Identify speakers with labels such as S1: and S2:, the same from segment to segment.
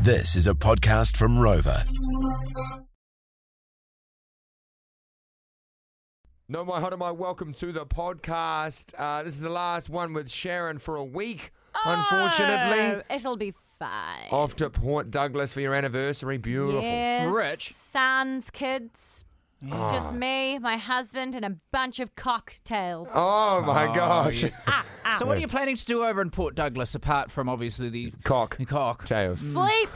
S1: This is a podcast from Rover.
S2: No, my hot my welcome to the podcast. Uh, this is the last one with Sharon for a week, unfortunately.
S3: Oh, it'll be fine.
S2: Off to Port Douglas for your anniversary. Beautiful.
S3: Yes,
S2: Rich. Ah.
S3: Sans kids. Just me, my husband, and a bunch of cocktails. Ah,
S2: Oh my gosh.
S4: So what are you planning to do over in Port Douglas apart from obviously the
S2: Cock.
S4: cock?
S2: Tails.
S3: Sleep,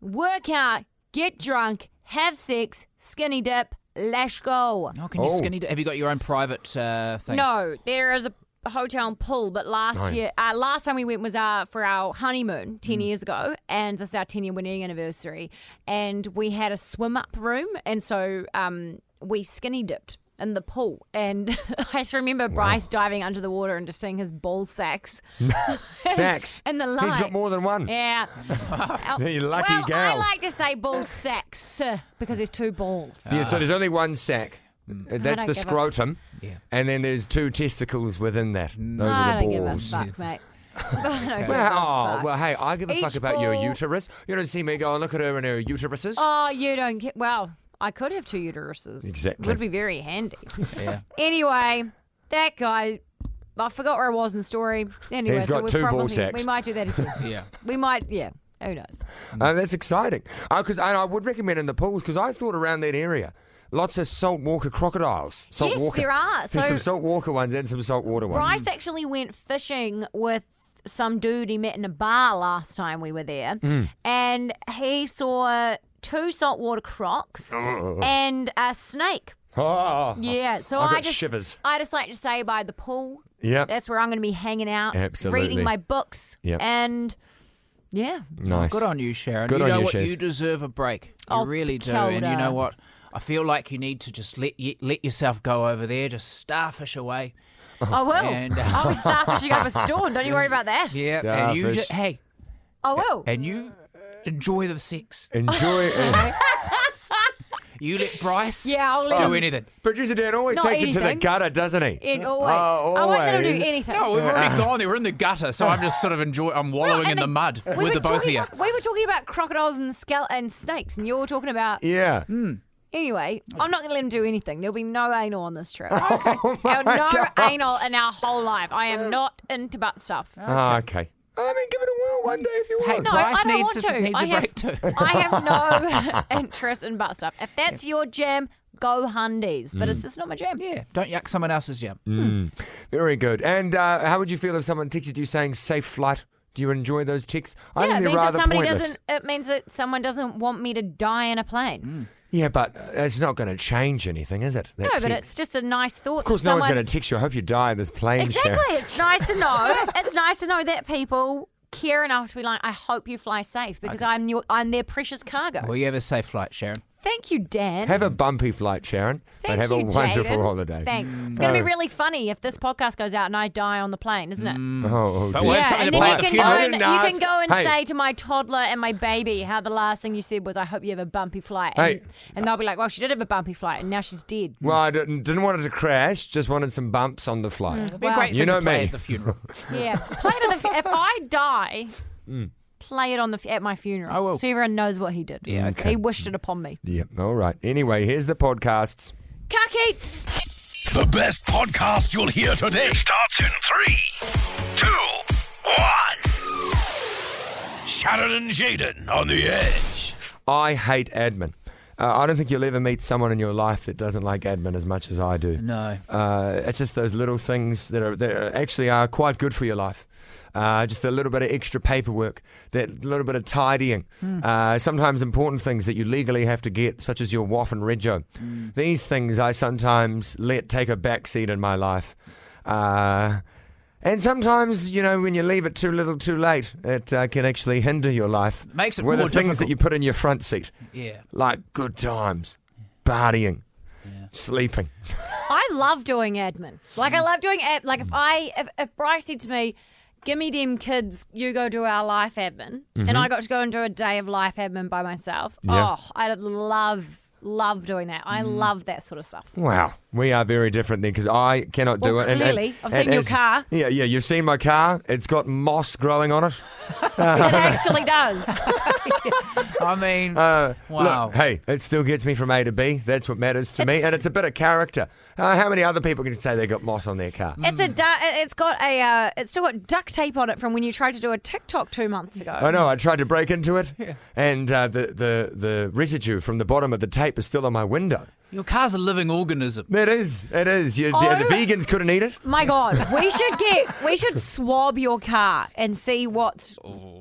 S3: work out, get drunk, have sex, skinny dip, let's go.
S4: Oh, can you
S2: Oh.
S4: skinny? Have you got your own private uh, thing?
S3: No, there is a hotel and pool, but last
S2: Right. Mm.
S3: year, uh, last time we went was uh, for our honeymoon 10 years ago, and this is our 10 year wedding anniversary. And we had a swim up room, and so um, we skinny dipped in the pool. And I just remember Bryce diving under the water and just seeing his ball sacks.
S2: Sacks.
S3: And the
S2: He's got
S3: light.
S2: more than one.
S3: Yeah.
S2: You lucky
S3: well, I
S2: gal.
S3: like to say ball sacks uh, because there's two balls.
S2: Yeah, so there's only one sack. Uh, That's
S3: don't
S2: the
S3: give a-
S2: scrotum. And then there's two testicles within that. Those
S3: I
S2: are the
S3: don't give a
S2: balls.
S3: fuck, mate. I don't give a
S2: Well, oh,
S3: fuck.
S2: well, hey, I give a
S3: Each
S2: fuck about your
S3: ball-
S2: uterus. You don't see me go and look at her and her uteruses.
S3: Oh, you don't get. Well, I could have two uteruses.
S2: Exactly.
S3: Would be very handy.
S4: Yeah.
S3: Anyway, that guy. I forgot where I was in the story. Anyway,
S2: He's
S3: so
S2: got
S3: we
S2: two ball
S3: probably-
S2: sacks.
S3: We might do that again.
S4: Yeah.
S3: we might, yeah. Who knows?
S2: Uh, that's exciting. Because and I would recommend in the pools because I thought around that area, lots of salt walker crocodiles. Salt
S3: Yes,
S2: walker.
S3: there are.
S2: There's
S3: So-
S2: some salt walker ones and some saltwater ones.
S3: Bryce actually went fishing with some dude he met in a bar last time we were there,
S2: Mm.
S3: and he saw two saltwater crocs and a snake.
S2: Oh,
S3: Yeah, so
S2: I
S3: I,
S2: got
S3: just
S2: shivers.
S3: I just like to stay by the pool.
S2: Yep.
S3: that's where I'm going to be hanging out,
S2: Absolutely.
S3: reading my books,
S2: Yep.
S3: and yeah,
S2: nice.
S4: Good on you, Sharon.
S2: Good
S4: you
S2: on
S4: know
S2: you,
S4: what?
S2: Shaz.
S4: You deserve a break. You
S3: Oh,
S4: really do.
S3: kia
S4: And you know
S3: ora.
S4: what? I feel like you need to just let y- let yourself go over there, just starfish away.
S2: Oh.
S3: I will.
S4: And, uh,
S3: I'll be starfishing over Storm. Don't you worry about that.
S4: Yeah. And you
S2: Starfish.
S4: just hey,
S3: I will.
S4: and you enjoy the sex.
S2: Enjoy. uh,
S4: You let Bryce.
S3: yeah, I'll let
S4: Do
S3: him-
S4: anything.
S2: Producer Dan always
S3: Not
S2: takes it to the
S3: anything.
S2: gutter, doesn't he?
S3: It always.
S2: Oh,
S3: I won't let him
S2: always.
S3: do anything.
S4: Uh, No, we've already gone there. We're in the gutter, so I'm just sort of enjoy. I'm wallowing
S3: and
S4: in the, mud
S3: we
S4: with
S3: were
S4: the both of
S3: talking
S4: you.
S3: about- we were talking about crocodiles and scal- and snakes, and you were talking about.
S2: Yeah.
S3: Mm, Anyway, I'm not going to let him do anything. There'll be no anal on this trip.
S2: Oh
S3: Now, no anal in our whole life. I am not into butt stuff.
S2: Ah, okay. I mean, give it a whirl one day if you
S4: Hey,
S2: want.
S3: No,
S4: Bryce
S3: I don't
S4: needs
S3: want
S4: to-
S3: to.
S4: needs
S3: I
S4: a
S3: have,
S4: break too.
S3: I have no interest in butt stuff. If that's your jam, go hundies. But
S2: Mm.
S3: it's just not my jam.
S4: Yeah, don't yuck someone else's yum.
S2: Very good. And uh, how would you feel if someone texted you saying "safe flight"? Do you enjoy those texts? I think
S3: Yeah, it
S2: they're
S3: means that
S2: rather
S3: somebody
S2: pointless.
S3: doesn't. It means that someone doesn't want me to die in a plane.
S2: Yeah, but uh, it's not going to change anything, is it? that
S3: No, but
S2: text?
S3: it's just a nice thought.
S2: Of course,
S3: that
S2: no one's
S3: someone-
S2: going to text you. I hope you die in this plane.
S3: Exactly.
S2: Sharon.
S3: It's nice to know. it's nice to know that people care enough to be like, I hope you fly safe because I'm your, I'm their precious cargo.
S4: Well, you have a safe flight, Sharon.
S3: Thank you, Dan.
S2: Have a bumpy flight, Sharon,
S3: Thank
S2: and have
S3: you,
S2: a wonderful
S3: Jaden.
S2: holiday.
S3: Thanks. It's going to be
S2: No.
S3: really funny if this podcast goes out and I die on the plane, isn't it?
S2: Oh, oh,
S4: But
S2: dear.
S4: we'll have
S3: Yeah,
S4: something
S3: and
S4: to
S3: then
S4: play
S3: you
S4: at the
S3: can,
S4: funeral.
S2: I
S3: go and, you
S2: didn't
S3: can
S2: ask.
S3: go and
S2: Hey.
S3: say to my toddler and my baby how the last thing you said was, I hope you have a bumpy flight.
S2: Hey.
S3: And, and they'll be like, well, she did have a bumpy flight and now she's dead.
S2: Well, I didn't, didn't want it to crash. Just wanted some bumps on the flight.
S3: Mm.
S4: It'd be a great
S2: You
S4: thing to
S2: know
S4: play
S2: me.
S4: at the funeral.
S3: Yeah. Play it at the, if I die,
S4: Mm.
S3: play it on the f- at my funeral.
S4: I
S2: Oh,
S4: will.
S3: So everyone knows what he did.
S4: Mm.
S3: Yeah. He wished it upon me.
S2: Yep. All right. Anyway, here's the podcasts.
S3: Cuckeats.
S1: The best podcast you'll hear today starts in three, two, one. Sharon and Jaden on the edge.
S2: I hate admin. Uh, I don't think you'll ever meet someone in your life that doesn't like admin as much as I do.
S4: No.
S2: Uh, it's just those little things that are that are- actually are quite good for your life. Uh, just a little bit of extra paperwork, that little bit of tidying.
S4: Hmm.
S2: Uh, sometimes important things that you legally have to get, such as your WAF and rego.
S4: Hmm.
S2: These things I sometimes let take a backseat in my life. Uh, and sometimes, you know, when you leave it too little too late, it uh, can actually hinder your life.
S4: Makes it
S2: With the
S4: more
S2: things that
S4: difficult.
S2: you put in your front seat,
S4: Yeah.
S2: like good times, partying, sleeping.
S3: I love doing admin. Like I love doing ad. Like if I if, if Bryce said to me, "Give me them kids, you go do our life admin," and I got to go and do a day of life admin by myself.
S2: Mm-hmm. Yeah. Mm.
S3: Oh, I love love doing that. I love that sort of stuff.
S2: Wow, we are very different then because I cannot do
S3: Well,
S2: it.
S3: clearly. I've seen your
S2: as-
S3: car.
S2: Yeah, yeah, you've seen my car. It's got moss growing on it.
S3: It actually does.
S4: I mean,
S2: Uh, look,
S4: Wow.
S2: hey, it still gets me from A to B. That's what matters to me, and it's a bit of character. Uh, how many other people can say they got moss on their car?
S3: It's a du- it's got a uh, it's still got duct tape on it from when you tried to do a TikTok two months ago.
S2: I know. I tried to break into it, and uh, the, the the residue from the bottom of the tape is still on my window.
S4: your car's a living organism.
S2: It is. It is. You,
S3: Oh,
S2: The vegans couldn't eat it.
S3: My God, we should get we should swab your car and see what's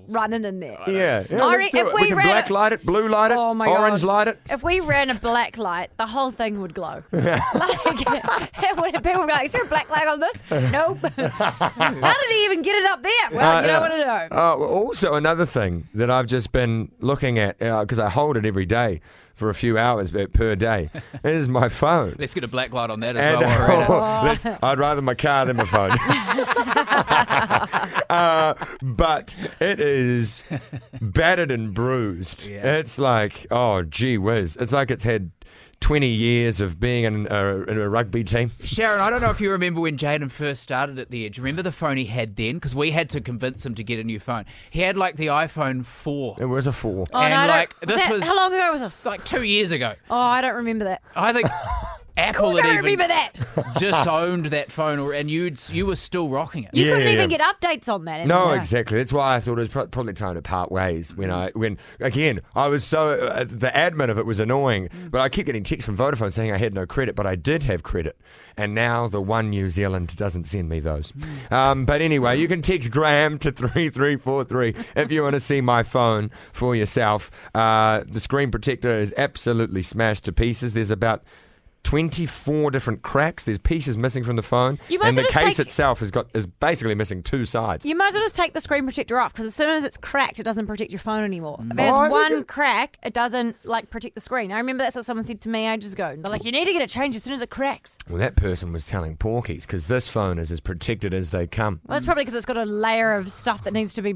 S3: running in there.
S2: Oh. Yeah. yeah
S3: I
S2: let's
S3: re-
S2: do
S3: if
S2: it.
S3: we
S2: can
S3: ran-
S2: black light it, blue light it,
S3: Oh my
S2: orange
S3: God.
S2: light it.
S3: If we ran a black light, the whole thing would glow. like, it would have people would be like, "Is there a black light on this?" Nope. How did he even get it up there? Well,
S2: Uh,
S3: you don't
S2: uh,
S3: want to know.
S2: Uh, well, also, another thing that I've just been looking at because I hold it every day for a few hours uh, per day is my phone.
S4: Let's get a black light on that as
S2: And,
S4: well. while we're at it.
S2: oh, let's- I'd rather my car than my phone. uh, but it is battered and bruised.
S4: Yeah.
S2: It's like, oh, gee whiz. It's like it's had 20 years of being in a, in a rugby team.
S4: Sharon, I don't know if you remember when Jaden first started at the Edge. Remember the phone he had then? Because we had to convince him to get a new phone. He had like the iPhone 4.
S2: It was a four.
S3: Oh,
S4: and
S3: no, I don't-
S4: like,
S3: was
S4: this
S3: that-
S4: was-
S3: how long ago was this?
S4: Like two years ago.
S3: Oh, I don't remember that. Oh,
S4: I think Apple
S3: I
S4: had
S3: don't
S4: even
S3: remember that.
S4: disowned that phone, or, and you'd, you were still rocking it.
S3: You
S2: Yeah,
S3: couldn't
S2: yeah,
S3: even
S2: yeah.
S3: get updates on that.
S2: No,
S3: anymore.
S2: exactly. That's why I thought it was pro- probably time to part ways. When I, when again, I was so uh, the admin of it was annoying,
S3: Mm.
S2: but I kept getting texts from Vodafone saying I had no credit, but I did have credit, and now the one New Zealand doesn't send me those.
S3: Mm.
S2: Um, but anyway, you can text Graham to three three four three if you want to see my phone for yourself. Uh, the screen protector is absolutely smashed to pieces. There's about. 24 different cracks. There's pieces missing from the phone,
S3: You
S2: and
S3: must
S2: the
S3: have just
S2: case
S3: take-
S2: itself has got is basically missing two sides.
S3: You might as well just take the screen protector off because as soon as it's cracked, it doesn't protect your phone anymore. If
S2: Oh, I
S3: there's
S2: think
S3: one
S2: it-
S3: crack, it doesn't like protect the screen. I remember that's what someone said to me ages ago. They're like, "You need to get it changed as soon as it cracks."
S2: Well, that person was telling Porkies because this phone is as protected as they come.
S3: Well, that's probably because it's got a layer of stuff that needs to be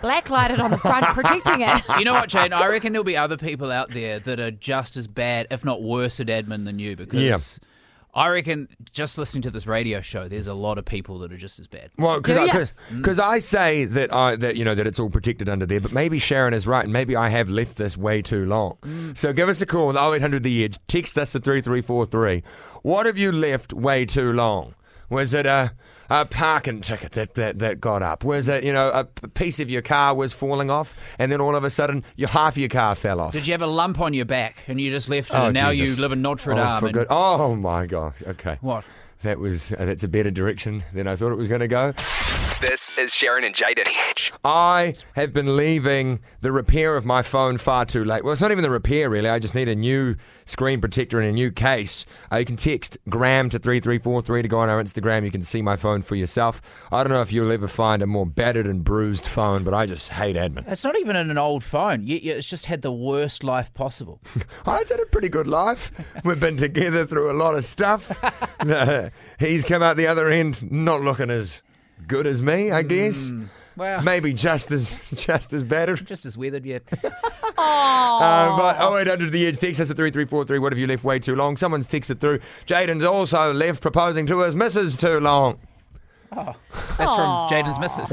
S3: blacklighted on the front, protecting it.
S4: You know what, Jane? I reckon there'll be other people out there that are just as bad, if not worse, at admin than you because.
S2: Yeah.
S4: I reckon just listening to this radio show, there's a lot of people that are just as bad.
S2: Well, because
S3: Do
S2: I,
S3: ya?
S2: cause, 'cause I say that I that you know that it's all protected under there, but maybe Sharon is right, and maybe I have left this way too long. So give us a call on 0800 the edge. Text us to three three four three. What have you left way too long? Was it a a parking ticket that, that, that got up? Was it you know a p- piece of your car was falling off, and then all of a sudden your half of your car fell off?
S4: Did you have a lump on your back and you just left it,
S2: Oh,
S4: and now
S2: Jesus.
S4: you live in Notre
S2: Oh,
S4: Dame?
S2: for
S4: and-
S2: good- oh my gosh. Okay.
S4: What?
S2: That was uh, that's a better direction than I thought it was going to go.
S5: This is Sharon and Jaden.
S2: I have been leaving the repair of my phone far too late. Well, it's not even the repair really. I just need a new screen protector and a new case. Uh, you can text Graham to three three four three to go on our Instagram. You can see my phone for yourself. I don't know if you'll ever find a more battered and bruised phone, but I just hate admin.
S4: It's not even in an old phone. You, you, it's just had the worst life possible.
S2: I've had a pretty good life. We've been together through a lot of stuff. Uh, he's come out the other end not looking as good as me,
S3: Hmm.
S2: I guess.
S4: Wow.
S2: Maybe just as just as battered.
S4: Just as weathered, yeah.
S3: Oh.
S2: Uh, but 0800 the edge text us at 3343. What have you left way too long? Someone's texted through. Jaden's also left proposing to his missus too long.
S4: That's from Jaden's missus.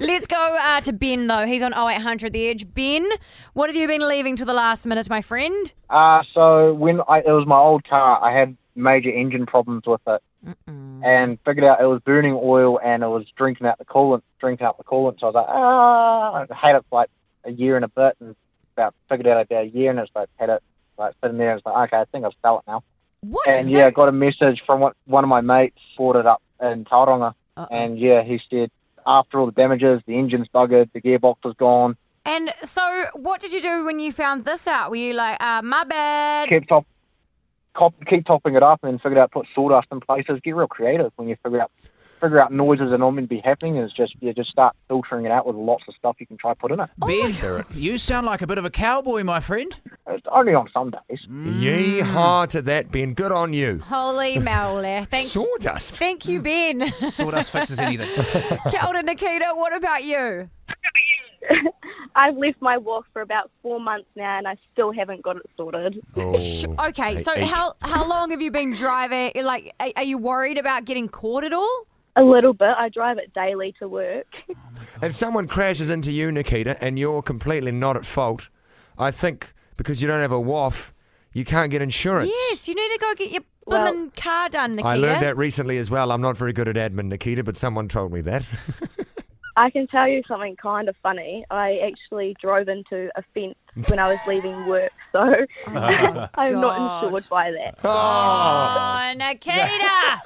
S3: Let's go uh, to Ben though. He's on 0800 the edge. Ben, what have you been leaving to the last minute, my friend?
S6: Uh, so when I, it was my old car, I had major engine problems with it, and figured out it was burning oil and it was drinking out the coolant, drinking out the coolant. So I was like, ah, I had it for like a year and a bit, and about figured out about a year, and it's like had it like sitting there, and it's like, okay, I think I'll sell it now.
S3: What?
S6: And
S3: So-
S6: yeah, I got a message from one- one of my mates, bought it up in Tauranga, and yeah, he said after all the damages, the engine's buggered, the gearbox is gone,
S3: and so, what did you do when you found this out? Were you like, uh, "My bad"?
S6: kept top, cop, keep topping it up and figured out put sawdust in places. Get real creative when you figure out figure out noises that are not meant to be happening, and it's just you just start filtering it out with lots of stuff you can try put in it.
S4: ben, you sound like a bit of a cowboy, my friend.
S6: It's only on some days.
S3: Hmm.
S2: Yeehaw to that, Ben. Good on you.
S3: Holy moly! Thank,
S2: Sawdust.
S3: thank you, Ben.
S4: Sawdust fixes anything.
S3: Kelda Nikita, what about you?
S7: I've left my wharf for about four months now, and I still haven't got it sorted.
S2: Oh,
S3: Sh- Okay, so
S2: ache.
S3: how how long have you been driving? Like, are, are you worried about getting caught at all?
S7: A little bit. I drive it daily to work.
S2: If someone crashes into you, Nikita, and you're completely not at fault, I think because you don't have a WAF, you can't get insurance.
S3: Yes, you need to go get your
S7: Well-
S3: blooming car done, Nikita.
S2: I learned that recently as well. I'm not very good at admin, Nikita, but someone told me that.
S7: I can tell you something kind of funny. I actually drove into a fence when I was leaving work, so I'm
S3: God.
S7: not insured by that.
S3: Oh, Nikita!
S2: Ah.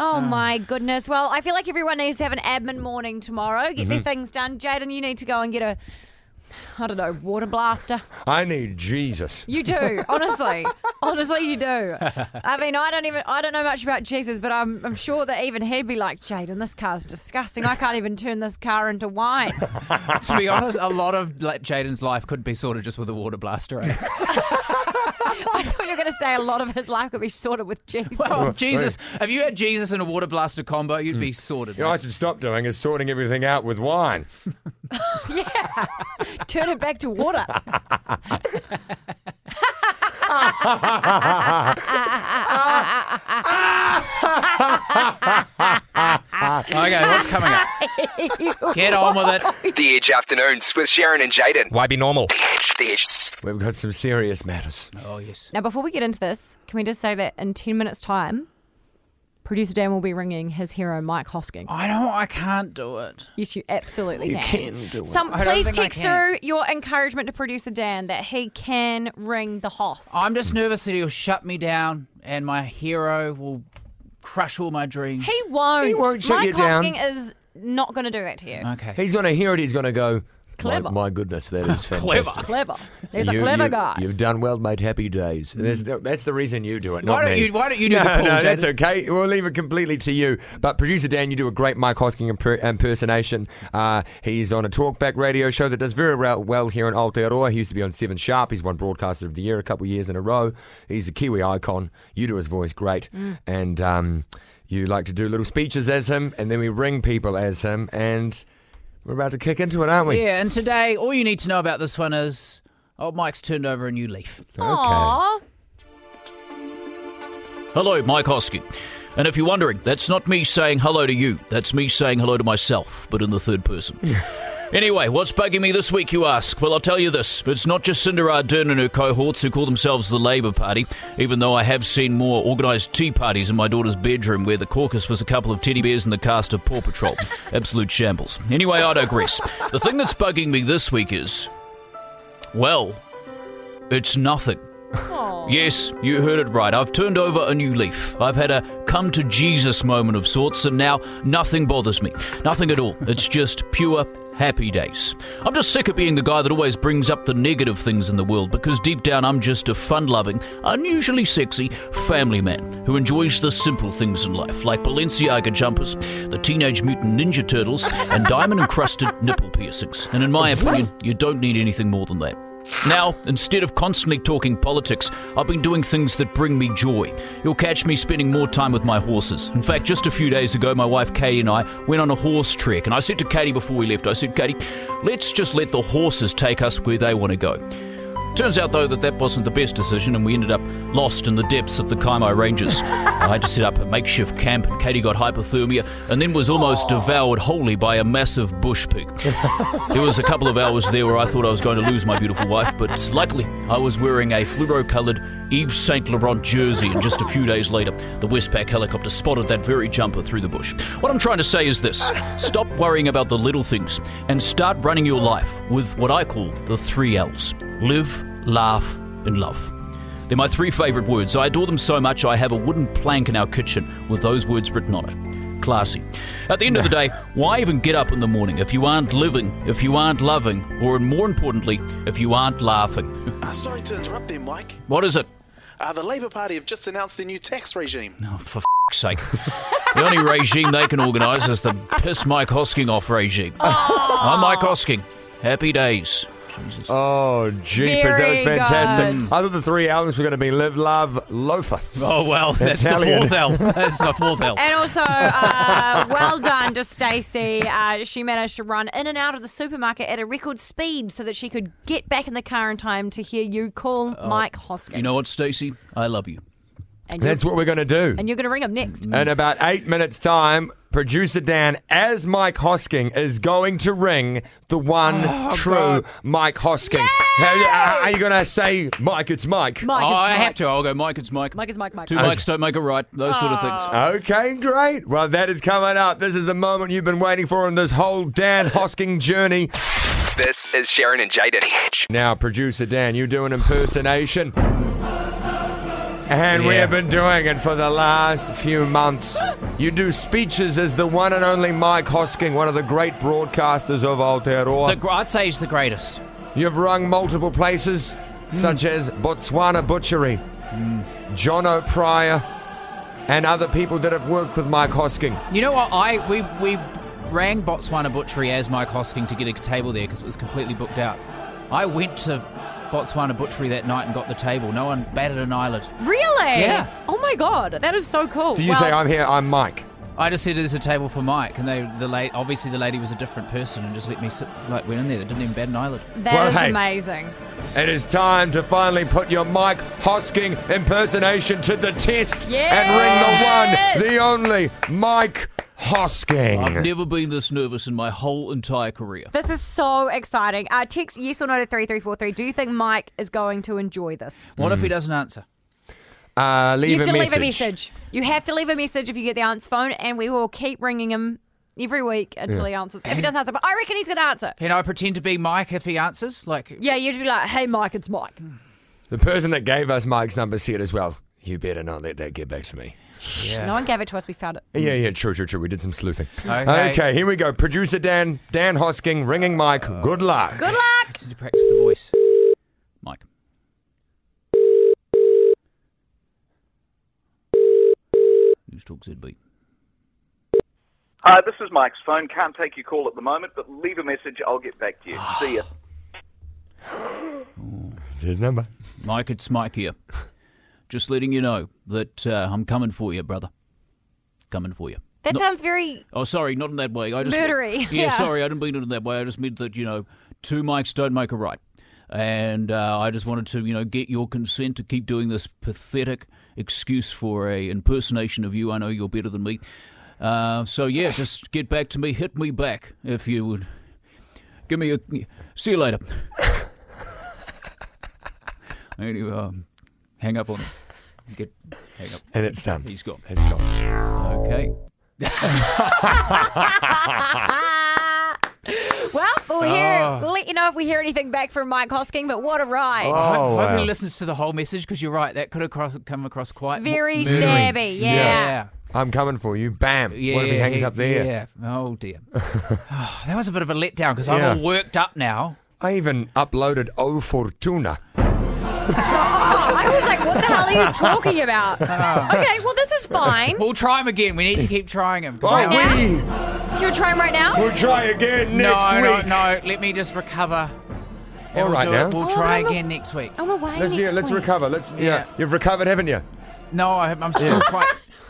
S3: oh my goodness. Well, I feel like everyone needs to have an admin morning tomorrow. Get
S2: Mm-hmm.
S3: their things done. Jaden, you need to go and get a I don't know, water blaster.
S2: I need Jesus.
S3: You do, honestly. honestly, you do. I mean, I don't even I don't know much about Jesus, but I'm I'm sure that even he'd be like, Jaden, this car's disgusting. I can't even turn this car into wine.
S8: to be honest, a lot of like, Jaden's life could be sorted just with a water blaster. Eh?
S3: I thought you were gonna say a lot of his life could be sorted with Jesus.
S8: Well, Jesus, if you had Jesus and a water blaster combo, you'd be sorted.
S2: You know, I should stop doing is sorting everything out with wine.
S3: yeah. Turn it back to water.
S8: Okay, what's coming up? Get on with it.
S5: The Edge Afternoons with Sharon and Jaden.
S2: Why be normal?
S5: The Edge.
S2: We've got some serious matters.
S8: Oh, yes.
S3: Now, before we get into this, can we just say that in 10 minutes' time, producer Dan will be ringing his hero, Mike Hosking.
S8: I don't, I can't do it.
S3: Yes, you absolutely
S2: You
S3: can.
S2: can do it.
S3: Some,
S8: I don't
S3: please
S8: think I
S3: text
S8: can.
S3: through your encouragement to producer Dan that he can ring the host.
S8: I'm just nervous that he'll shut me down and my hero will crush all my dreams.
S3: he won't.
S2: He won't shut
S3: Mike
S2: you down.
S3: Hosking is not going to do that to you.
S8: okay.
S2: He's going to hear it. He's going to go,
S3: Clever.
S2: My, my goodness, that is
S8: Clever.
S2: fantastic.
S3: Clever. He's a
S2: You-
S3: clever
S2: you-
S3: guy.
S2: You've done well, mate. Happy days. There's- That's the reason you do it,
S8: Mm. why
S2: not
S8: don't
S2: me.
S8: you? Why don't you do
S2: No,
S8: the pull,
S2: no,
S8: Jaden?
S2: that's okay. We'll leave it completely to you. But producer Dan, you do a great Mike Hosking imper- impersonation. Uh, he's on a talkback radio show that does very re- well here in Aotearoa. He used to be on Seven Sharp. He's won Broadcaster of the Year a couple of years in a row. He's a Kiwi icon. You do his voice great,
S8: Mm.
S2: and um, you like to do little speeches as him, and then we ring people as him, and we're about to kick into it, aren't we?
S8: Yeah, and today, all you need to know about this one is, oh, Mike's turned over a new leaf.
S2: Okay.
S3: Aw.
S4: Hello, Mike Hoskin. And if you're wondering, that's not me saying hello to you. That's me saying hello to myself, but in the third person. anyway, what's bugging me this week, you ask? Well, I'll tell you this. It's not just Cinder Ardern and her cohorts who call themselves the Labour Party, even though I have seen more organised tea parties in my daughter's bedroom where the caucus was a couple of teddy bears and the cast of Paw Patrol. Absolute shambles. Anyway, I digress. The thing that's bugging me this week is, well, it's nothing. Yes, you heard it right. I've turned over a new leaf. I've had a come to Jesus moment of sorts, and now nothing bothers me. Nothing at all. It's just pure happy days. I'm just sick of being the guy that always brings up the negative things in the world because deep down I'm just a fun loving, unusually sexy family man who enjoys the simple things in life, like Balenciaga jumpers, the Teenage Mutant Ninja Turtles, and diamond encrusted nipple piercings. And in my opinion, you don't need anything more than that. Now, instead of constantly talking politics, I've been doing things that bring me joy. You'll catch me spending more time with my horses. In fact, just a few days ago, my wife Katie and I went on a horse trek, and I said to Katie before we left, I said, Katie, let's just let the horses take us where they want to go. Turns out, though, that that wasn't the best decision, and we ended up lost in the depths of the Kaimai Ranges. I had to set up a makeshift camp, and Katie got hypothermia, and then was almost devoured wholly by a massive bush pig. there was a couple of hours there where I thought I was going to lose my beautiful wife, but luckily, I was wearing a fluoro-coloured Yves Saint Laurent jersey, and just a few days later, the Westpac helicopter spotted that very jumper through the bush. What I'm trying to say is this: stop worrying about the little things and start running your life with what I call the three L's. Live, laugh, and love. They're my three favourite words. I adore them so much I have a wooden plank in our kitchen with those words written on it. Classy. At the end of the day, why even get up in the morning if you aren't living, if you aren't loving, or more importantly, if you aren't laughing?
S9: Uh, sorry to interrupt there, Mike.
S4: What is it?
S9: Uh, the Labour Party have just announced their new tax regime.
S4: Oh, for f***'s sake. the only regime they can organise is the piss Mike Hosking off regime. I'm Mike Hosking. Happy days.
S2: Oh, jeepers, that was
S3: Very
S2: fantastic.
S3: good.
S2: I thought the three albums were going to be Live, Love, Loafer.
S10: Oh, well, that's
S2: Italian.
S10: the fourth L. That's the fourth L.
S3: And also, uh, well done to Stacey. Uh, she managed to run in and out of the supermarket at a record speed so that she could get back in the car in time to hear you call Mike Hoskin.
S10: You know what, Stacey? I love you.
S3: and, you're,
S2: That's what we're going to do.
S3: and you're going to ring him next.
S2: In about eight minutes' time, producer Dan, as Mike Hosking, is going to ring the
S3: Oh,
S2: one true Mike Hosking. How you- uh, are you going to say, Mike, it's Mike?
S3: Mike,
S10: Oh,
S3: it's
S10: I
S3: Mike.
S10: have to. I'll go, Mike, it's Mike.
S3: Mike is Mike, Mike.
S10: Two Mikes don't make a right. Those sort of
S2: Uh,
S10: things.
S2: Okay, great. Well, that is coming up. This is the moment you've been waiting for in this whole Dan Hosking journey.
S5: This is Sharon and Jaden.
S2: Now, producer Dan, you do an impersonation. And we have been doing it for the last few months. You do speeches as the one and only Mike Hosking, one of the great broadcasters of
S4: The,
S2: Aotearoa.
S4: gr- I'd say he's the greatest.
S2: You've rung multiple places, such as Botswana Butchery, John O'Pryor, and other people that have worked with Mike Hosking.
S4: You know what? I we we rang Botswana Butchery as Mike Hosking to get a table there because it was completely booked out. I went to Botswana Butchery that night and got the table. No one batted an eyelid.
S3: Really?
S4: Yeah.
S3: Oh my god, that is so cool.
S2: Do you say, I'm here, I'm Mike?
S4: I just said there's a table for Mike, and they the late obviously the lady was a different person and just let me sit like went in there. They didn't even bat an eyelid.
S3: That
S2: Well,
S3: is
S2: hey.
S3: amazing.
S2: It is time to finally put your Mike Hosking impersonation to the test
S3: Yes!
S2: and ring the one, the only Mike
S10: I've
S2: Hosking.
S10: never been this nervous in my whole entire career.
S3: This is so exciting. Uh, text yes or no to 3343. Do you think Mike is going to enjoy this?
S4: What if he doesn't answer?
S2: Uh,
S3: You
S2: leave
S3: have
S2: a
S3: to
S2: message.
S3: leave a message. You have to leave a message if you get the answer phone, and we will keep ringing him every week until he answers. If he doesn't answer, but I reckon he's going to answer.
S4: Can I pretend to be Mike if he answers? Like,
S3: Yeah, you'd be like, hey, Mike, it's Mike.
S2: The person that gave us Mike's number said as well, you better not let that get back to me.
S3: No one gave it to us. We found it.
S2: Yeah, yeah, true, true, true. We did some sleuthing.
S4: Okay.
S2: here we go. Producer Dan, Dan Hosking, ringing Mike. Good luck.
S3: Good luck.
S4: I need to practice the voice.
S10: Mike. News Talk ZB.
S11: Uh, this is Mike's phone. Can't take your call at the moment, but leave a message. I'll get back to you. See ya.
S2: It's his number.
S10: Mike, it's Mike here. Just letting you know that uh, I'm coming for you, brother. Coming for you.
S3: That sounds very.
S10: Oh, sorry, not in that way. I just
S3: Murdery,
S10: Yeah,
S3: yeah.
S10: sorry, I didn't mean it in that way. I just meant that you know, two mics don't make a right, and uh, I just wanted to you know get your consent to keep doing this pathetic excuse for a impersonation of you. I know you're better than me, uh, so yeah, just get back to me. Hit me back if you would. Give me a. See you later. anyway, um, hang up on him. Get hang up.
S2: And it's done.
S10: He's gone.
S2: It's gone.
S10: Okay.
S3: Ah. Well, we'll,
S2: Ah.
S3: hear, we'll let you know if we hear anything back from Mike Hosking, but what a ride.
S4: I
S2: Oh,
S4: hope
S2: wow.
S4: he listens to the whole message because you're right. That could have cross, come across quite
S3: Very
S4: murdery.
S3: stabby, yeah.
S4: Yeah.
S2: I'm coming for you. Bam.
S4: Yeah,
S2: what if he hangs up there?
S4: Yeah. Oh dear. Oh, that was a bit of a letdown because
S2: Yeah.
S4: I'm all worked up now.
S2: I even uploaded O Fortuna.
S3: I was like, what the hell are you talking about?
S2: Ah.
S3: okay, well, this is fine.
S4: We'll try him again. We need to keep trying him. 'cause now-
S3: now? You're trying right now?
S2: We'll try again
S4: no,
S2: next
S4: no,
S2: week.
S4: no. Let me just recover. and
S2: All
S4: we'll
S2: right
S4: do
S2: now.
S4: It.
S3: Oh,
S4: We'll try
S3: I'm a-
S4: again next week.
S3: I'm away
S2: Let's, yeah,
S3: next
S2: let's
S3: week.
S2: recover. Let's yeah.
S4: Yeah.
S2: You've recovered, haven't you?
S4: No, I'm, I'm still quite.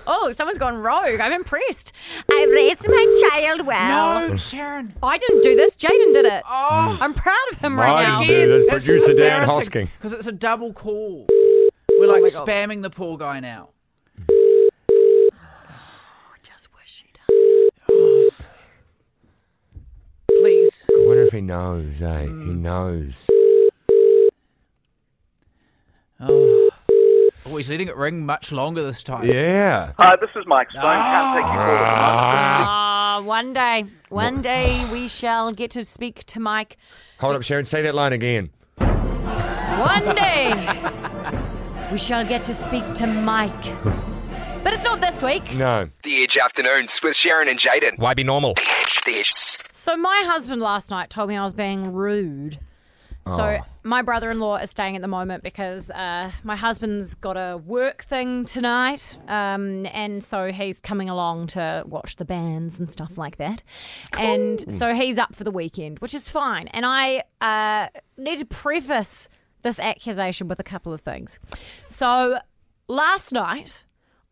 S3: Oh, someone's gone rogue. I'm impressed. I raised my child well.
S4: No, Sharon.
S3: I didn't do this. Jaden did it.
S4: Oh.
S3: I'm proud of him
S2: I
S3: right now.
S2: didn't do this. Producer Dan Hosking.
S4: Because it's a double call. We're like
S3: Oh God.
S4: spamming the poor guy now.
S3: Just wish he'd-
S4: Please.
S2: I wonder if he knows, eh? He knows.
S4: Oh, he's letting it ring much longer this time.
S2: Yeah.
S11: Uh, this is Mike's phone. Can't take your call at the moment.
S3: Ah, one day, one day we shall get to speak to Mike.
S2: Hold up, Sharon. Say that line again.
S3: One day we shall get to speak to Mike. But it's not this week.
S2: No.
S5: The Edge Afternoons with Sharon and Jaden.
S2: Why be normal?
S5: The Edge.
S3: So my husband last night told me I was being rude. So my brother-in-law is staying at the moment because uh, my husband's got a work thing tonight, um, and so he's coming along to watch the bands and stuff like that. And so he's up for the weekend, which is fine. And I uh, need to preface this accusation with a couple of things. So last night,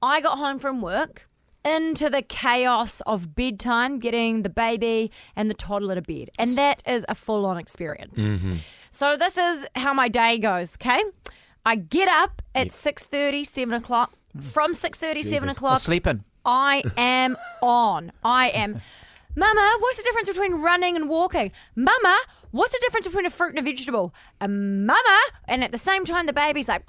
S3: I got home from work into the chaos of bedtime, getting the baby and the toddler to bed, and that is a full-on experience. So this is how my day goes. Okay, I get up at six thirty, seven 7 o'clock. From six thirty, seven o'clock,
S4: Sleeping.
S3: I am on. I am. Mama, what's the difference between running and walking? Mama, what's the difference between a fruit and a vegetable? And mama, and at the same time, the baby's like,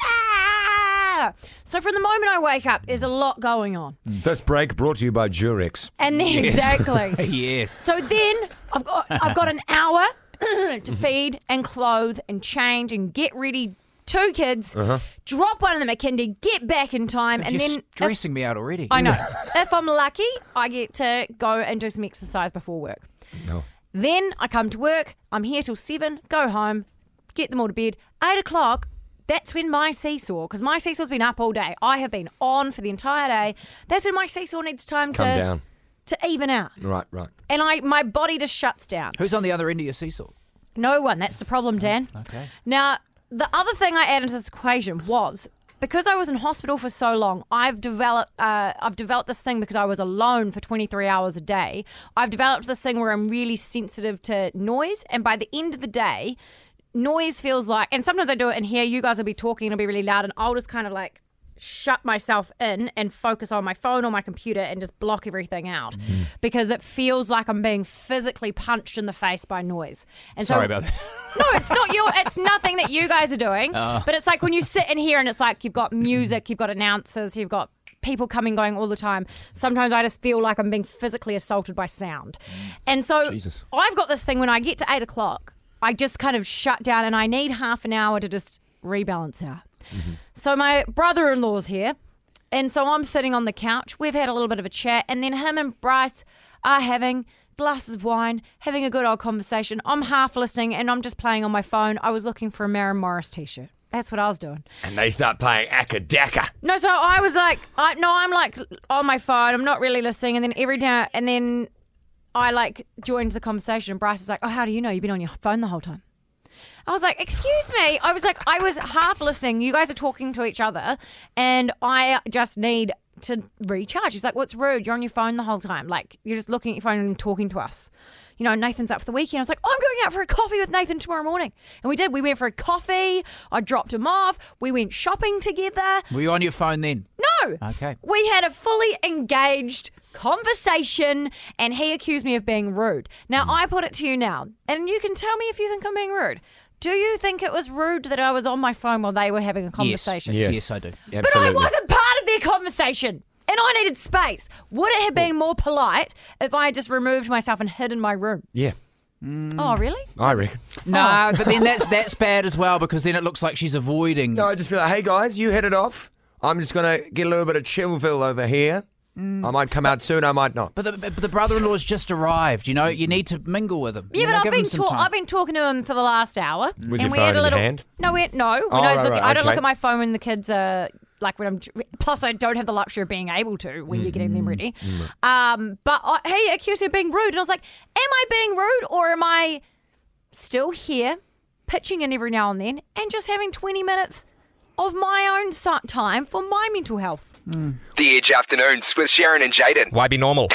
S3: ah! So from the moment I wake up, there's a lot going on.
S2: This break brought to you by Jurex.
S3: And then, exactly.
S4: yes.
S3: So then I've got I've got an hour to feed and clothe and change and get ready two kids,
S2: Uh-huh.
S3: drop one of them at kindy, get back in time, and
S4: You're
S3: then if-
S4: stressing me out already.
S3: I know. if I'm lucky, I get to go and do some exercise before work.
S2: No.
S3: Then I come to work. I'm here till seven. Go home, get them all to bed. Eight o'clock. That's when my seesaw, because my seesaw's been up all day. I have been on for the entire day. That's when my seesaw needs time
S2: Come
S3: to
S2: down.
S3: to even out,
S2: Right, right.
S3: and I my body just shuts down.
S4: Who's on the other end of your seesaw?
S3: No one. That's the problem, Dan.
S4: Oh, Okay.
S3: Now, the other thing I added to this equation was because I was in hospital for so long, I've developed uh, I've developed this thing because I was alone for 23 hours a day. I've developed this thing where I'm really sensitive to noise, and by the end of the day, noise feels like. And sometimes I do it in here. You guys will be talking, it'll be really loud, and I'll just kind of like shut myself in and focus on my phone or my computer and just block everything out
S4: Mm.
S3: because it feels like I'm being physically punched in the face by noise. And so-
S4: Sorry about that.
S3: no, it's not your. It's nothing that you guys are doing. But it's like when you sit in here and it's like you've got music, you've got announcers, you've got people coming going all the time. Sometimes I just feel like I'm being physically assaulted by sound, and so
S2: Jesus.
S3: I've got this thing when I get to eight o'clock, I just kind of shut down and I need half an hour to just rebalance out. So my brother-in-law's here. And so I'm sitting on the couch. We've had a little bit of a chat, and then him and Bryce are having glasses of wine, having a good old conversation. I'm half listening, and I'm just playing on my phone. I was looking for a Maren Morris t-shirt. That's what I was doing.
S2: And they start playing Akadaka.
S3: No, so I was like, I, no, I'm like on my phone. I'm not really listening. And then every now and then, I like joined the conversation. And Bryce is like, "Oh, how do you know you've been on your phone the whole time?" I was like, "Excuse me." I was like, I was half listening. You guys are talking to each other, and I just need to recharge. He's like, "What's rude? You're on your phone the whole time. Like you're just looking at your phone and talking to us." You know, Nathan's up for the weekend. I was like, oh, I'm going out for a coffee with Nathan tomorrow morning. And we did. We went for a coffee. I dropped him off. We went shopping together.
S4: Were you on your phone then?
S3: No.
S4: Okay.
S3: We had a fully engaged conversation and he accused me of being rude. Now,
S4: Hmm.
S3: I put it to you now, and you can tell me if you think I'm being rude. Do you think it was rude that I was on my phone while they were having a conversation?
S4: Yes.
S2: Yes.
S4: Yes, I do.
S3: But I wasn't part of their conversation. And I needed space. Would it have been more polite if I had just removed myself and hid in my room?
S2: Yeah,
S4: Mm.
S3: Oh, really?
S2: I reckon.
S3: Oh.
S4: Nah, but then that's that's bad as well because then it looks like she's avoiding.
S2: No, I'd just be like, hey guys, you head it off. I'm just going to get a little bit of Chillville over here. I might come out soon, I might not.
S4: But the, but the brother-in-law's just arrived. You know, you need to mingle with him.
S3: Yeah,
S4: you
S3: but
S4: know,
S3: I've
S4: give him
S3: been
S4: some
S3: talk-
S4: time.
S3: I've been talking to him for the last hour.
S2: your
S3: we
S2: phone
S3: had
S2: in
S3: a
S2: your
S3: little,
S2: hand?
S3: No, we, no. When
S2: Oh,
S3: I, was
S2: right,
S3: looking,
S2: right,
S3: I don't
S2: okay.
S3: look at my phone when the kids are like when I'm. dr- Plus, I don't have the luxury of being able to when you're getting them
S4: Mm-hmm.
S3: ready. Um, but I, he accused me of being rude, and I was like, "Am I being rude, or am I still here, pitching in every now and then, and just having 20 minutes of my own si- time for my mental health?"
S5: The Edge Afternoons with Sharon and Jaden.
S2: Why be normal?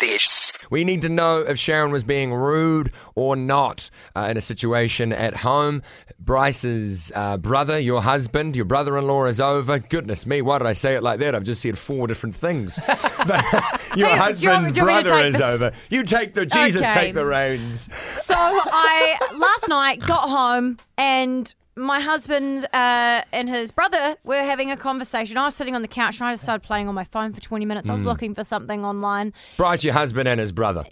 S5: The Edge.
S2: We need to know if Sharon was being rude or not uh, in a situation at home. Bryce's uh, brother, your husband, your brother in law is over. Goodness me, why did I say it like that? I've just said four different things. But your
S3: Hey, do you
S2: husband's
S3: want- do you want me to
S2: brother
S3: take
S2: is
S3: this?
S2: over. You take the, Jesus,
S3: Okay.
S2: take the reins.
S3: So I last night got home and my husband uh, and his brother were having a conversation. I was sitting on the couch and I just started playing on my phone for 20 minutes. I was looking for something online.
S2: Bryce, your husband, and his brother.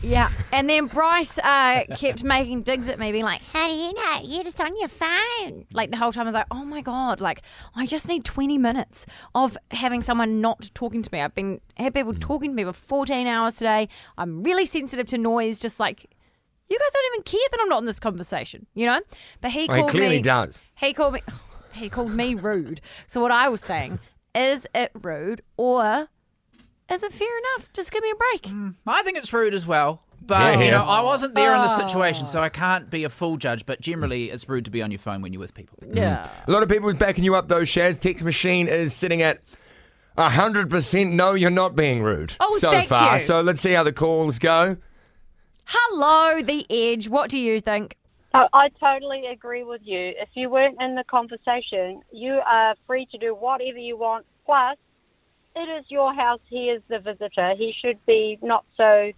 S3: Yeah. And then Bryce uh, kept making digs at me, being like, How do you know? You're just on your phone. Like the whole time I was like, Oh my God, like I just need 20 minutes of having someone not talking to me. I've
S2: Hmm.
S3: been had people talking to me for 14 hours today. I'm really sensitive to noise, just like you guys don't even care that I'm not in this conversation, you know? But he
S2: Oh, he
S3: called
S2: clearly
S3: me.
S2: does.
S3: He called me. He called me rude. So what I was saying is it rude or is it fair enough? Just give me a break.
S4: I think it's rude as well. But
S2: Yeah,
S4: you
S2: yeah.
S4: know, I wasn't there in the situation,
S3: Ah.
S4: so I can't be a full judge. But generally, it's rude to be on your phone when you're with people.
S3: Yeah.
S2: A lot of people backing you up, though, Shaz. Text machine is sitting at 100% no, you're not being rude
S3: Oh,
S2: so
S3: thank
S2: far.
S3: you.
S2: So let's see how the calls go.
S3: Hello, the edge. What do you think?
S7: Oh, I totally agree with you. If you weren't in the conversation, you are free to do whatever you want. Plus, it is your house. He is the visitor. He should be not so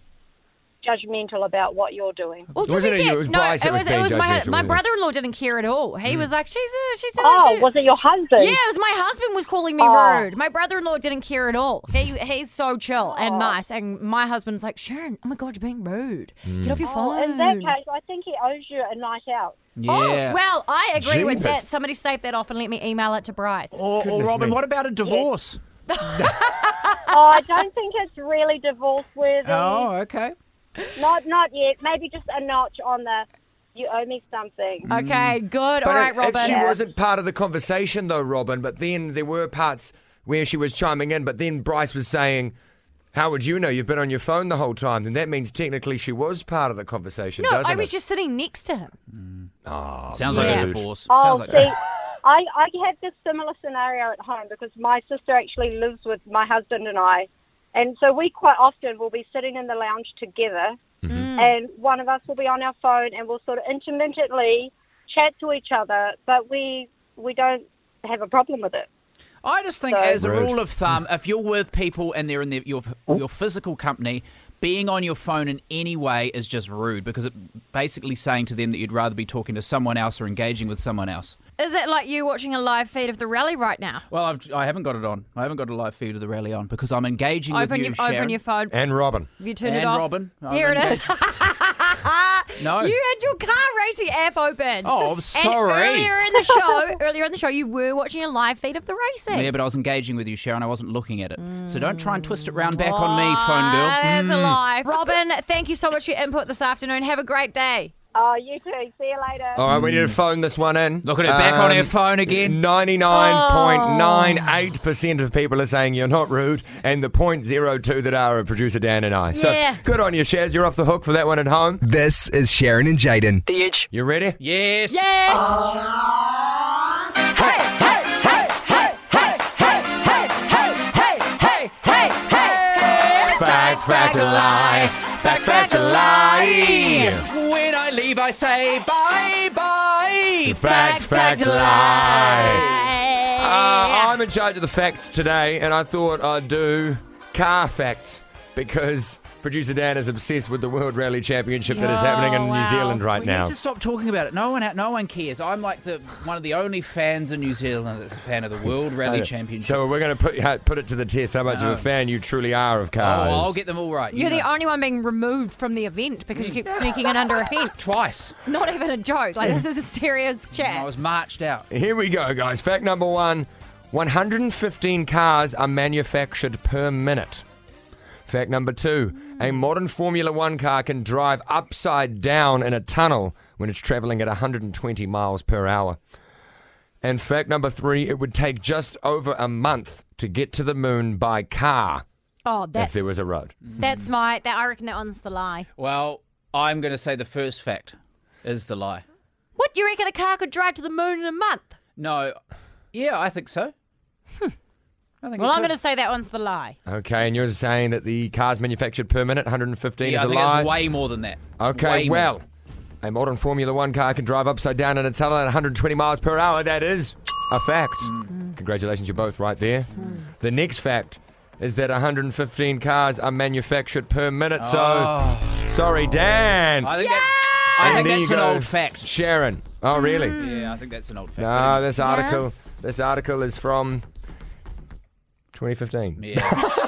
S7: judgmental about what you're doing.
S3: Well, to
S2: Wasn't
S3: be
S2: it you?
S3: fair-
S2: It was
S3: no,
S2: Bryce
S3: it
S2: that
S3: was,
S2: was
S3: it
S2: being
S3: was my
S2: judgmental, Hmm.
S3: my
S2: wasn't it?
S3: brother-in-law didn't care at all. He was like, she's a, she's doing.
S7: Oh,
S3: she-
S7: was it your husband?
S3: Yeah, it was my husband was calling me
S7: Oh.
S3: rude. My brother-in-law didn't care at all. He he's so chill
S7: Oh.
S3: and nice, and my husband's like, Sharon, oh my god, you're being rude.
S2: Hmm.
S3: Get off your
S7: Oh,
S3: phone.
S7: in that case, I think he owes you a night out.
S4: Yeah.
S3: Oh, well, I agree with
S2: Jeepers. Oh.
S3: that. Somebody save that off and let me email it to Bryce.
S4: or, or
S2: Goodness
S4: Robin,
S2: me.
S4: what about a divorce?
S7: Oh, I don't think it's really divorce worthy.
S4: Oh, okay.
S7: Not, not yet. Maybe just a notch on the. You owe me something.
S4: Mm,
S3: Okay, good. All
S2: But
S3: right,
S2: it- it-
S3: Robin.
S2: she wasn't part of the conversation, though, Robin. But then there were parts where she was chiming in, but then Bryce was saying, How would you know? You've been on your phone the whole time. Then that means technically she was part of the conversation,
S3: no,
S2: doesn't
S3: I was
S2: it?
S3: just sitting next to him.
S4: Sounds like
S3: Yeah.
S4: a divorce.
S7: Oh,
S4: Sounds like
S7: see, I, I have this similar scenario at home because my sister actually lives with my husband and I. And so we quite often will be sitting in the lounge together,
S4: Mm-hmm.
S7: and one of us will be on our phone and we'll sort of intermittently chat to each other, but we we don't have a problem with it.
S4: I just think,
S7: So-
S4: as a
S2: Rude.
S4: rule of thumb, if you're with people and they're in their, your your physical company, being on your phone in any way is just rude because it basically saying to them that you'd rather be talking to someone else or engaging with someone else.
S3: Is it like you watching a live feed of the rally right now?
S4: Well, I've, I haven't got it on. I haven't got a live feed of the rally on because I'm engaging with
S3: Open
S4: you,
S3: your
S4: Sharon.
S3: open your phone.
S2: and Robin.
S3: Have you turned it
S4: And
S3: off?
S4: Robin. I'm
S3: Here
S4: in-
S3: it is.
S4: No.
S3: You had your car racing app open.
S4: Oh, I'm
S3: And
S4: sorry.
S3: earlier in the show, earlier in the show, you were watching a live feed of the racing.
S4: Yeah, but I was engaging with you, Sharon. I wasn't looking at it. So don't try and twist it round back on me, phone girl. Mm. Hmm.
S3: That's Ah, a lie. Robin, thank you so much for your input this afternoon. Have a great day.
S7: Oh, you too. See you later.
S2: All right, we need to phone this one in.
S4: Hmm.
S2: Um,
S4: Looking at it back on our phone again.
S2: 99.98% of people are saying you're not rude, and the 0.02 that are are producer Dan and I.
S3: Yeah.
S2: So good on you, Shaz. You're off the hook for that one at home.
S5: This is Sharon and Jaden.
S2: The Edge. You ready?
S4: Yes.
S3: Yes.
S2: Fact, fact, a lie. Fact, fact, a lie.
S4: When I leave, I say bye bye.
S2: Fact, fact, a lie.
S4: Ah,
S2: Uh, I'm in charge of the facts today, and I thought I'd do car facts because producer Dan is obsessed with the World Rally Championship that is happening in
S3: Oh,
S2: New
S3: wow.
S2: Zealand right
S4: We
S2: now.
S4: need to stop talking about it. No one, no one cares. I'm like the one of the only fans in New Zealand that's a fan of the World Rally Championship.
S2: So we're going to put ha- put it to the test. How much of a fan you truly are of
S4: oh,
S2: cars?
S4: I'll get them all right. You
S3: You're the
S4: know.
S3: only one being removed from the event because you keep sneaking in under a fence.
S4: twice.
S3: Not even a joke. Like, this is a serious
S4: I
S3: chat.
S4: was marched out.
S2: Here we go, guys. Fact number one: 115 cars are manufactured per minute. Fact number two: A modern Formula One car can drive upside down in a tunnel when it's traveling at 120 miles per hour. And fact number three: It would take just over a month to get to the moon by car
S3: Oh, that's,
S2: if there was a road.
S3: that's my, that, I reckon that one's the lie.
S4: Well, I'm going to say the first fact is the lie.
S3: What, you reckon a car could drive to the moon in a month?
S4: No. Yeah, I think so. Hmm. I think
S3: Well,
S4: it
S3: I'm
S4: could.
S3: going to say that one's the lie.
S2: Okay, and you're saying that the cars manufactured per minute 115
S4: Yeah,
S2: is
S4: I
S2: a
S4: think
S2: lie.
S4: it's way more than that.
S2: Okay,
S4: Way more.
S2: well, a modern Formula One car can drive upside down in a tunnel at 120 miles per hour. That is a fact.
S4: Mm.
S2: Congratulations, you're both right there. The next fact is that 115 cars are manufactured per minute. So, sorry, Dan.
S4: Oh, I think that's, I
S2: And
S4: think
S2: there
S4: that's
S2: you
S4: an
S2: go,
S4: old fact. Mm.
S2: Sharon. Oh, really?
S4: Yeah, I think that's an old fact.
S2: No, this article. This article is from 2015.
S4: Yeah.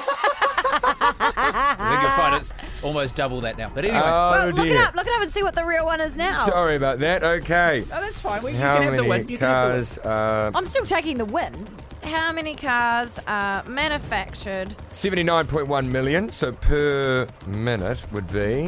S4: I think you'll find it's almost double that now. But anyway,
S2: Oh
S3: Well, look it
S2: dear.
S3: up. Look it up and see what the real one is now.
S2: Sorry about that. Okay.
S4: oh, that's fine. We, you
S2: How
S4: can have the
S2: many
S4: win. You can have the win.
S2: cars are
S3: I'm still taking the win. How many cars are manufactured?
S2: 79.1 million, so per minute would be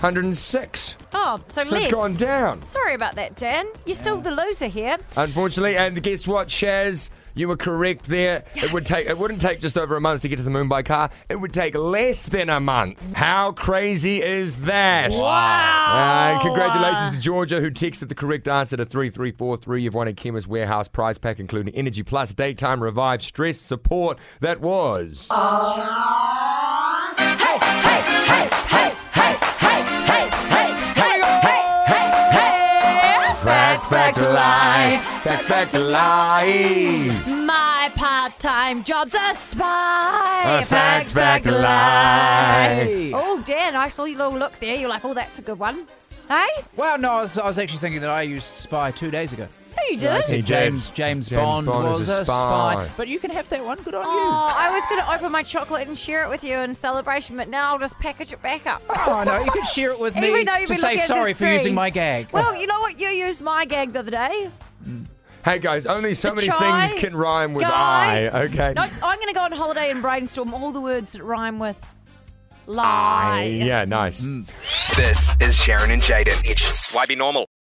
S2: 106.
S3: Oh, so,
S2: So it's
S3: less.
S2: gone down.
S3: Sorry about that, Dan. You're still the loser here.
S2: Unfortunately, and guess what, Shaz? You were correct there. It would take it wouldn't take just over a month to get to the moon by car. It would take less than a month. How crazy is that?
S1: Wow.
S3: Oh,
S2: Uh, Ah. congratulations to Georgia who texted the correct answer to 3343. You've won a Chemist Warehouse prize pack including Energy Plus, Daytime Revive, Stress Support. That was Fact Fact Life. Fact Fact Life.
S3: My part-time job's a spy.
S2: A fact, fact, lie.
S3: Oh, Dan, I saw your little look there. You're like, oh, that's a good one. Hey?
S4: Well, no, I was, I was actually thinking that I used spy two days ago.
S3: No, you
S4: So I
S3: didn't.
S4: said
S2: He did.
S4: James, James,
S2: James
S4: Bond,
S2: Bond is
S4: was
S2: a
S4: a
S2: spy.
S4: spy. But you can have that one. Good on
S3: Oh, I was going to open my chocolate and share it with you in celebration, but now I'll just package it back up.
S4: Oh, no, you can share it with me
S3: Even though you've
S4: to
S3: been
S4: say
S3: looking at
S4: sorry
S3: just
S4: for using
S3: three.
S4: my gag.
S3: Well, you know what? You used my gag the other day.
S2: Hey guys, only so
S3: The
S2: many
S3: chai
S2: things can rhyme with
S3: guy.
S2: I, okay?
S3: No, I'm going to go on holiday and brainstorm all the words that rhyme with
S2: I,
S3: lie.
S2: yeah, nice.
S5: This is Sharon and Jaden. YB Normal.